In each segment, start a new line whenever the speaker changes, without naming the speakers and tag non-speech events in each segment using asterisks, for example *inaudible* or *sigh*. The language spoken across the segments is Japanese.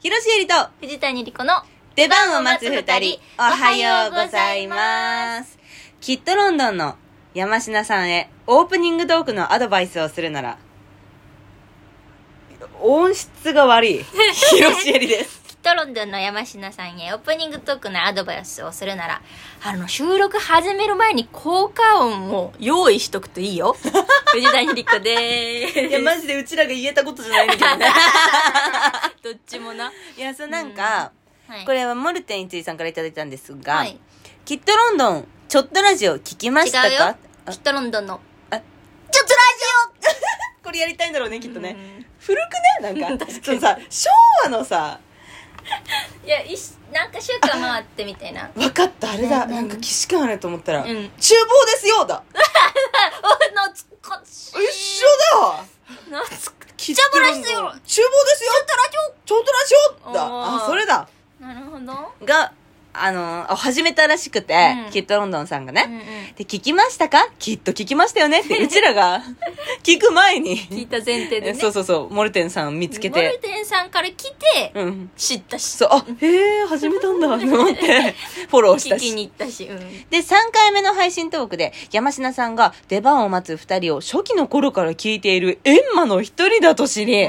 広瀬えりと
藤谷莉子の
出番を待つ二人、おはようございます。キットロンドンの山科さんへオープニングトークのアドバイスをするなら、音質が悪 *laughs* い、広瀬えり *laughs* です。
キットロンドンの山科さんへオープニングトークのアドバイスをするならあの収録始める前に効果音を用意しとくといい
*laughs*
よ藤谷莉子で
いや、
ーす
マジでうちらが言えたことじゃないんだけど *laughs* ね。
どっちもな、
いや、そうなんか、
はい、
こ
れ
れはモルテンイツイさんからいただいたんですが、
はい、違
キットロンドン、ちょっとラジオ聞きました
うよ
かあ
キットロンドンの
ちょっとラジオ *laughs* これやりたいんだろうね、きっとね。古くね *laughs* なんかそのさ昭和のさ
うんいやいしなんか週間回ってみた
*laughs*
いな
分かったあれだ、
うん
なんか既視感あると思ったら、
うん
厨房ですよだ
お懐かしい
一緒だ
懐かしい
キッ
チャブラですよ
厨房ですよちょっとラジオちょっとラジオだ
おー
あそれだ
なるほど、
があのーあ始めたらしくて、
うん
キットロンドンさんが
うんうん
ね、で聞きましたかきっと聞きましたよねってうちらが聞く前に
聞いた前提でね
そうそうそうモルテンさんを見つけ
モル
て
テンさんから来て
うん
知ったし
そうあへえ始めたんだと思ってフォローし
聞
た
き
し
に行ったし、うん、
で、3回目の配信トークで、山科さんが出番を待つ二人を初期の頃から聞いているエンマの一人だと知り、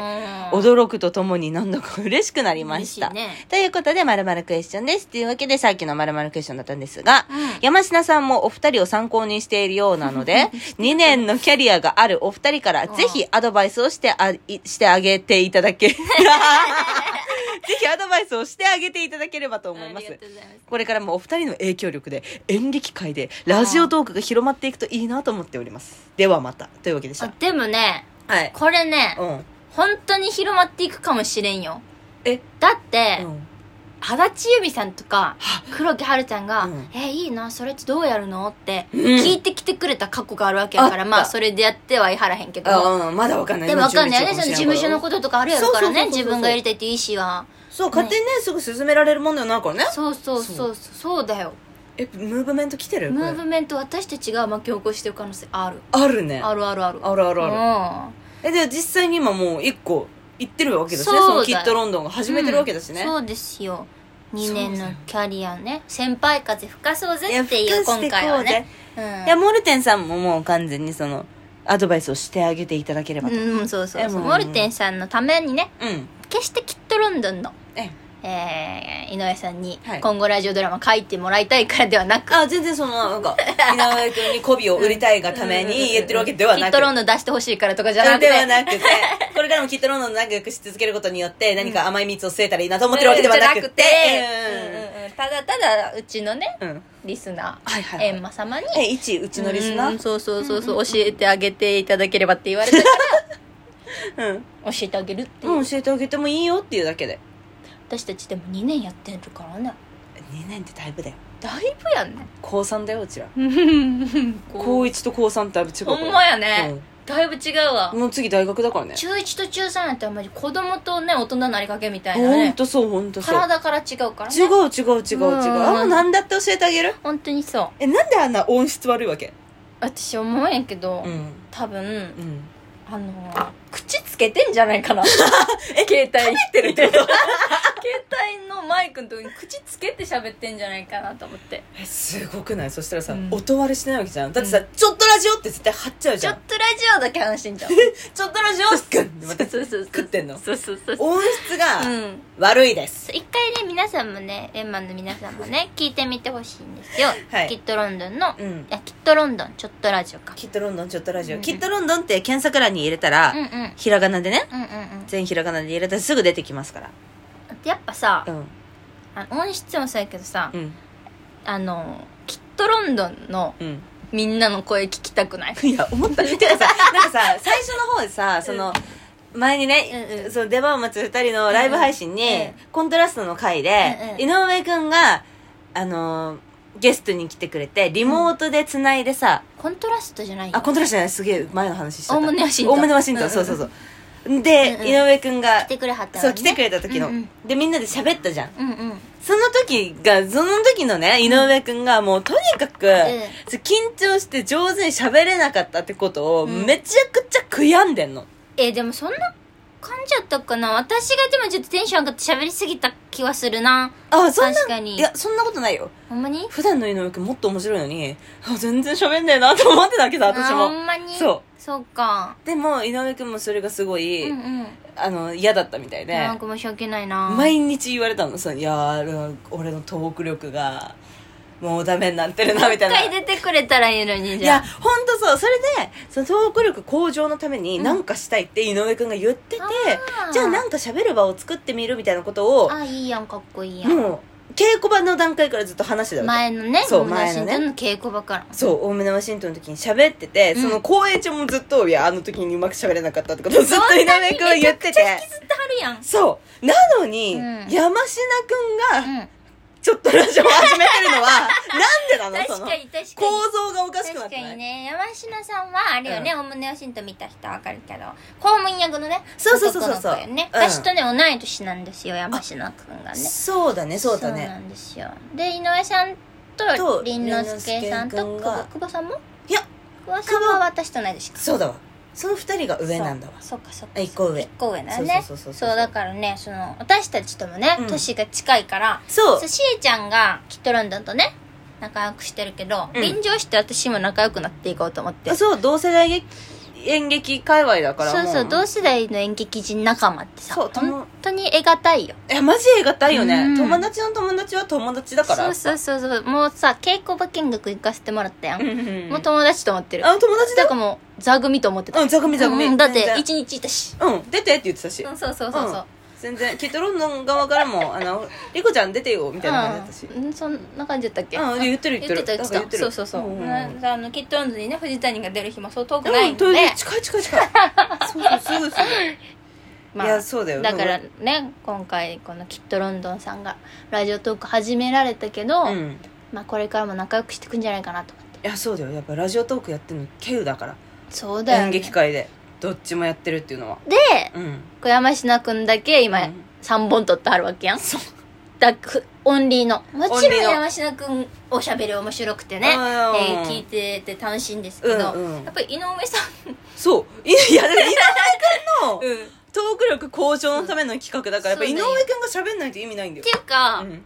驚くとともになんだか嬉しくなりました。
嬉しいね
ということで、まるまるクエスチョンです。というわけで、さっきのまるまるクエスチョンだったんですが、
うん
山科さんもお二人を参考にしているようなの
*laughs*
で、2年のキャリアがあるお二人から、
うん
ぜひアドバイスをしてあ、いしてあげていただ
*laughs*
け、ぜひアドバイスをしてあげていただければと思いま
あり
す
が。とうございます
これからもお二人の影響力で演劇界でラジオトークが広まっていくといいなと思っておりますではまたというわけでした
あでもね
はい
これね
うん
本当に広まっていくかもしれんよ
え
だって、
うん
足立由美さんとか黒木華ちゃんが「
うん
えいいなそれってどうやるの?」って
うん
聞いてきてくれた過去があるわけやから、
あった
まあそれでやってはいはらへんけど
あうんまだわかんない
でもわかんないよね
今
その事務所の
か
こととかあるやろか
そ
らね
うそうそうそうそう
自分がやりたいっていう意思は
らそう勝手にねすぐ進められるもんではないからね
そうそうそうそうそうだよ
えムーブメント来てるこ
ム
れ
ーブメント私たちが巻き起こしてる可能性ある
あるね
あるあるある
あるあるある
うん
えで実際に今もう一個行ってるわけだしね
そうだよ
のキットロンドンが始めてるわけだしね、
うんそうですよ2
そ
年
う
の
だよ
キャリアね先輩風吹かそうぜっていう
吹かして
今回はねう
いやモルテンさんももう完全にそのアドバイスをしてあげていただければと
ん、うん、そうそ
え
うそう
もう
モルテンさんのためにね
うん
決してキットロンドンの、
え
えー井上さんに
はい
今後ラジオドラマ書いてもらいたいからではなく、
あ、全然その、なんか、井上君に媚びを売りたいがために言ってるわけではな
キ
く。
ットロンドン出してほしいからとかじゃなくて
ではなくて、これからもキットロンドン長くし続けることによって、何か甘い蜜を吸えたらいいなと思ってるわけではなくて。
うんうんうんただただうちのね
うん。うん。
リスナー、
はいはいはい
エンマ様に
え、一、うちのリスナ
うん
ー
そうそうそうそう,、教えてあげていただければって言われたか
うん。
ら教えてあげるっていう、
もう教えてあげてもいいよっていうだけで。
私たちでも2年やってるからね
2年ってだいぶだよ。
だいぶやんね
高3だよ、うちら。
こ
高1と高3ってだいぶ違うから。
ほんまやね、だいぶ違うわ
うん。もう次大学だからね。
中1と中3やったらマジ子供とね大人なりかけみたいな
ほん
ね
とそう、ほんとそう。
体から違うからね
違う違う違う違う。あ、もう何だって教えてあげる
本当にそう
え、なんであんな音質悪いわけ
私思うんやけど、
ん。
多分
うん。
あのー口つけてんじゃない *laughs* かな携帯食べてるけど *laughs* 携帯のマイクのとこに口つけて喋ってんじゃないかなと思って
*laughs* えすごくないそしたらさ、
うん
音割れしてないわけじゃんだってさ、
うん
ちょっとラジオって絶対貼っちゃうじ
ちょ
ゃん
っとラジオだけ話してん *laughs* じゃん
ちょっとラジオってまた
*laughs* そうそうそう
食ってんの
そうそうそう
音質
う
が
ん
悪いです、
一回ね皆さんもね円満の皆さんもね聞いてみてほしいんですよ、
はい
キットロンドンの、
うん
いやキットロンドンちょっとラジオか
キットロンドンちょっとラジオ、
うん
キットロンドンって検索欄に入れたら、
うんうんうんうん
ひらがなでね
うん
全ひらがなで入れたらすぐ出てきますから
うんやっぱさ、
うん
あの音質もそうやけどさ、
うん
あのキットロンドンの
うん
みんなの声聞きたくない
いや思ったてかさ *laughs* なんかさ最初の方でさその、前にね、
うんうん
その出番を待つ2人のライブ配信に、
うんうん
コントラストの回で、
う
井上くんが、あのーゲストに来てくれてリモートでつないでさ、
コントラストじゃない
あコントラストじゃないすげえ前の話しちゃった
大胸ワシントン
大胸ワシントン、
うんうん
そうそうそうで、
うんうん
井上くんが
来てくれはった
そう来てくれた時の、
うんうん
でみんなで喋ったじゃん
うんうん
その時がその時のね井上くんがもうとにかく、緊張して上手に喋れなかったってことを
うん
めちゃくちゃ悔やんでんの、
えでもそんなんじゃったかな私がでもちょっとテンション上がって喋りすぎた気はするな。
あそんな
確かに
いやそんなことないよ
ほんまに
普段の井上くんもっと面白いのにあ全然喋んねえなと思ってたけど私
あほ
も
んまに。
そう
そうか。
でも井上くんもそれがすご
う
い、
んうん。
あの嫌だったみたいで
なんか申し訳ないな。
毎日言われたのそのいやー俺のトーク力がもうダメになってるなみたい
一
な
回出てくれたらいいのに
い
じゃ
や
あ。
本当そうそれでそのトーク力向上のために何かしたいって井上くんが言ってて、
あー
じゃあなんか喋る場を作ってみるみたいなことを
あ、いいやん、かっこいいやん。
もう稽古場の段階からずっと話してたわけ
前のね、
そう
ムナ
前のね
シントンの稽古場から。
そう大胸ワシントンの時に喋ってて、
うん
その光栄ちゃんもずっと「いやあの時にうまく喋れなかった」ってことをずっと井上くんは言って
そんなにめちゃくちゃ引
て
きずってはるやん。
そうなのに、
うん
山科くんが
うん。
ちょっとラジオを始めてる
*laughs*
のはなんでなの
確
その
かに確かに。
構造がおかしくなっ
確か
てない
にね山科さんはあれよね、
う
お胸をしんと見た人はわかるけど公務員役のね
そうそうそうそうそう
男の子よね、
うん
私とね同い年なんですよ山科くんがね
そうだねそうだ
な
ね
んですよで井上さん
と
と凛之介さんと
凛之介くん
久
が
保久保さんも
いや
久保さんは私と同い年か
そうだわその二人が上なんだわ
そうそうかそうか
あ一個上
一個上だよね
そうそうそうそう
そうだからねその私たちともね
うん
年が近いから、
そう
そうしえちゃんがきっとロンドンとね仲良くしてるけど、
うん
臨場して私も仲良くなっていこうと思って
あそう同世代演劇界隈だから
そうそう
も
同世代の演劇人仲間ってさ
そうたま
本当に得難いよ
いやマジ絵がたいよね、
うん
友達の友達は友達だから
そうそうそうそうもうさ稽古場見学行かせてもらったやん、
うんうんうん
もう友達と思ってる
あ友達だ
だ
よ
からもう座組と思ってた、
うん座組座組
うんだっ
全
て
然
一日いたし
うん出てって言ってたし、
うんそうそうそうそう、
全然キットロンドン側からも「あのリコちゃん出てよ」みたいな感じだったし、
うん、そんな感じだったっけ
うん言ってる言ってる
言ってた
なんか言ってる
そうそうそう、
うん
なんあのキットロンズにね藤谷が出る日もそう遠く
で
ない
も
んで、
遠い近い近い近いそうそうすぐすぐ、
*laughs* まあ
いやそうだよ
だからね今回このキットロンドンさんがラジオトーク始められたけど、
うん
まあこれからも仲良くしてくんじゃないかなと思って
いやそうだよやっぱラジオトークやってるの稀有だから
そうだよ、ね、
演劇界でどっちもやってるっていうのは
で
うん
小山科君だけ今
うん
3本取ってはるわけやん、だくオンリーのも
オン
ち
リ
ろん
ーの
山科君おしゃべり面白くてね、え
あー
ー聞いてて楽しいんですけど、
うんうん
やっぱり井上さん、
そう *laughs* いやでも井上くんの
うん、っ
トーク力向上のための企画だからやっぱ井上くんが喋んないと意味ないんだよ
ていうか、
うん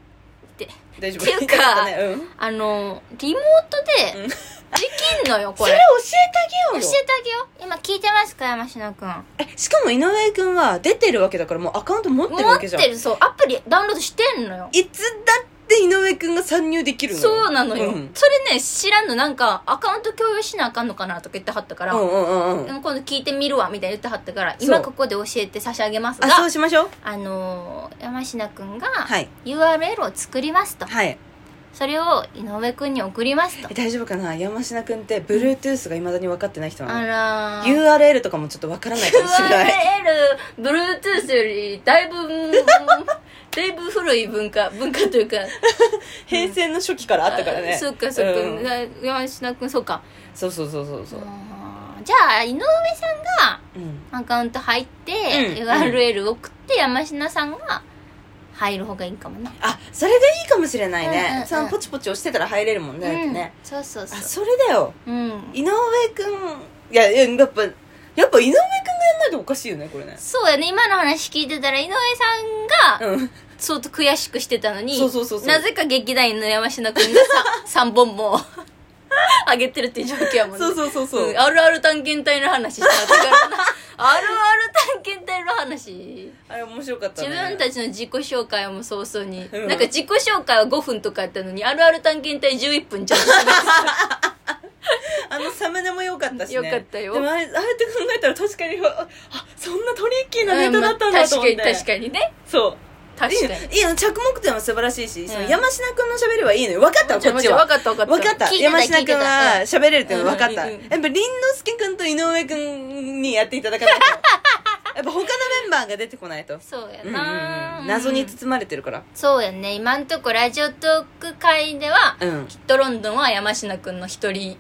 て
*laughs* 大丈夫
っていうか
だねうん
あのリモートで
うん
できんの
*laughs*
よ
そ
こ
れ
れ
教えてあげよう
教え
よ
てあげよう今聞いてますか山科君
えしかも井上くんは出てるわけだからもうアカウント持ってる
持
わ
っ
けじゃん
てるそうアプリダウンロードしてんのよ
いつだって井上くんが参入できるのよ
そうなのよ、
うん、
それね知らんのなんかアカウント共有しなあかんのかなとか言ってはったから、
うんうんうんう
で
ん
も今度聞いてみるわみたいに言ってはったから
そう
今ここで教えて差し上げますが
あそうしましょう
あのー山科君が
はい
URL を作りますと、
はい
それを井上君に送りますと
え大丈夫かな山科くんって Bluetooth がいまだに分かってない人な
あ
の、
らー
URL とかもちょっと分からないかもしれ
*laughs*
ない
URL Bluetooth よりだいぶうんだいぶ古い文
*laughs*
化文化というか
*laughs* 平成の初期からあったからね
あそっかそっか、
うん
な山科君そうか
そうそうそうそうそう
あーじゃあ井上さんが
うん
アカウント入って、
うん
URL 送って山科さんが入る方がいいかもな
あそれがいいかもしれないね、
うんうんうん
そのポチポチ押してたら入れるもんね,、ね
うん、そうそう
あ
そ
それだよ
ううん
井上くんいやいややっぱやっぱ井上くんがやんないとおかしいよねこれね
そうやね今の話聞いてたら井上さんが
うん
相当悔しくしてたのに、
そうそうそうそう
なぜか劇団員の山科君がさ *laughs* 3本も *laughs* 上げてるっていう状況やもんね
そうそうそうそう、
んあるある探検隊の話したらだからな *laughs* あるある探検隊の話
あれ面白かったね
自分たちの自己紹介も早々に、
うん
なんか自己紹介は5分とかやったのにあるある探検隊11分ち
*laughs*
ゃんと喋って
あのサムネも良かったしね
良かったよ
でもあれあれって考えたら確かにああそんなトリッキーなネタだったんだと思って、
うんまあ確かに確かにね
そう
確かに
いいよ着目点は素晴らしいし、
ん
その山科君の喋りはいいのよ分かったわこっち
分
は
かった分かった
分かった
聞いてた
山科
聞いて
君は
た
喋れるっていうの分かった、
うんうんうん
やっぱ凛之介君と井上君にやっていただかないと *laughs* やっぱ他のメンバーが出てこないと、
そうや
うんうん
な、
うん、謎に包まれてるから
そうやね今んとこラジオトーク会では、
うん
きっとロンドンは山科君の一人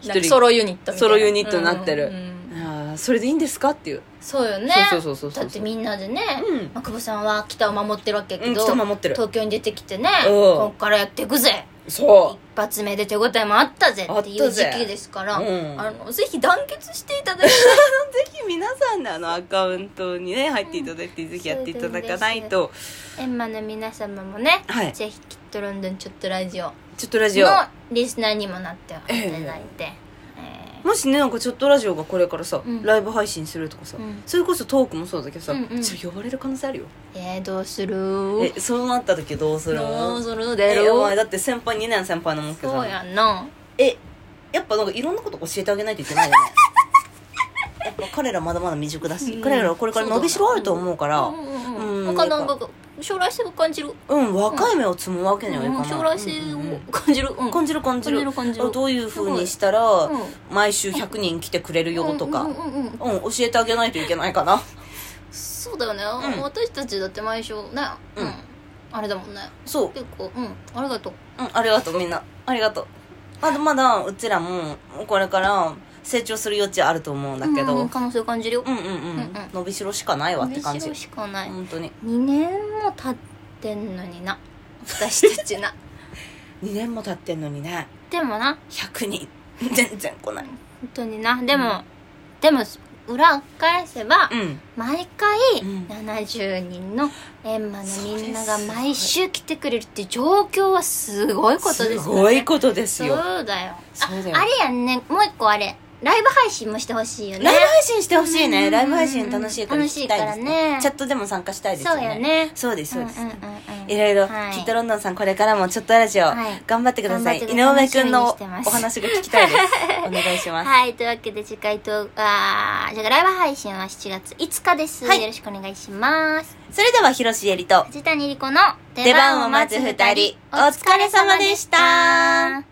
一人
なんかソロユニットみたいな
ソロユニットになってる
うんうんうん
ああーそれでいいんですかっていう
そうよね
そうそうそうそうそう
だってみんなでね、
うん
まあ、久保さんは北を守ってるわけやけど、
うん北を守ってる
東京に出てきてね、
うん
こっからやっていくぜ
そ
一発目で手応えもあったぜってい
あった
う時
ぜ
期ですからあ、
うん
のぜひ団結してい
*laughs*
ただきたい
うぜひ皆さんであのアカウントにね入っていただいて、ぜひやっていただかないと
エンマの皆様もね、
はい
ぜひきっとロンドンちょっとラジオの
ちょっとラジオ
リスナーにもなっていただいて、え
もしねなんかちょっとラジオがこれからさ、
うん
ライブ配信するとかさ、
うん
それこそトークもそうだけどさ、
うんうん
ちょっと呼ばれる可能性あるよ
ーえーどうする
えそうなった時どうする
どうする
え
だろ
お前だって先輩2年先輩のもんけど
そう
さ
やんな
えやっぱなんかいろんなこと教えてあげないといけないよね
*laughs*
やっぱ彼らまだまだ未熟だし、
うん
彼らはこれから伸びしろあると思うから
うんうんうん
うん
なんかなんか将来性を感じる
うん、若い芽を摘むわけにはいか
う
なんい。
将来性
うんうんう
を
ん
感じる、うん
感じる感じる。
感じる感じる
どういう風にしたら、
すごい
毎週100人来てくれるよとか、う
う
ん
んうんうんう
教
ん
えてあげないといけないかな。
そうだよね、
うん
私たちだって毎週ね、うん
うん
あれだもんね
そう。
結構うんありがとう
うん、ありがとうみんな。ありがとう。まだまだ、うちらも、これから成長する余地あると思うんだけど、
うん
う
うん
ん
可能性感じるよ、
うんうん
んうん
伸びしろしかないわって感じ
面白。いしかない、
本当に。
2年も経ってんのにな私たちな *laughs*
2年も経ってんのにね、
でもな
100人、全然来ない。
本当になでも、でも裏返せば、
うん。
毎回
うん
70人のエンマのみんなが
それすごい
毎週来てくれるって状況はすごいことですよね
すごいことですよ。
そうだよ
そうだよ
ああれやんねもう一個あれライブ配信もしてほしいよね
ライブ配信してほしい
うんうんう
ね。
ん
ライブ配信楽しいから聞きたいです
楽しいからね
ね。チャットでも参加したいですよね。
そうやね
そうです、そうです。
んんうんうん
いろいろ、
はい
きっとロンドンさんこれからもちょっとラジオ、
はい
頑張ってください。井
頑張
上
って
くんの
楽しみにしてます
お話が聞き
*laughs*
たいです。お願いします。
はいというわけで次回とあーじゃあライブ配信は7月5日です、
はい
よろしくお願いします
それでは、広ロシエリと、
藤谷莉子の
出番を待つ二人、お疲れ様でした。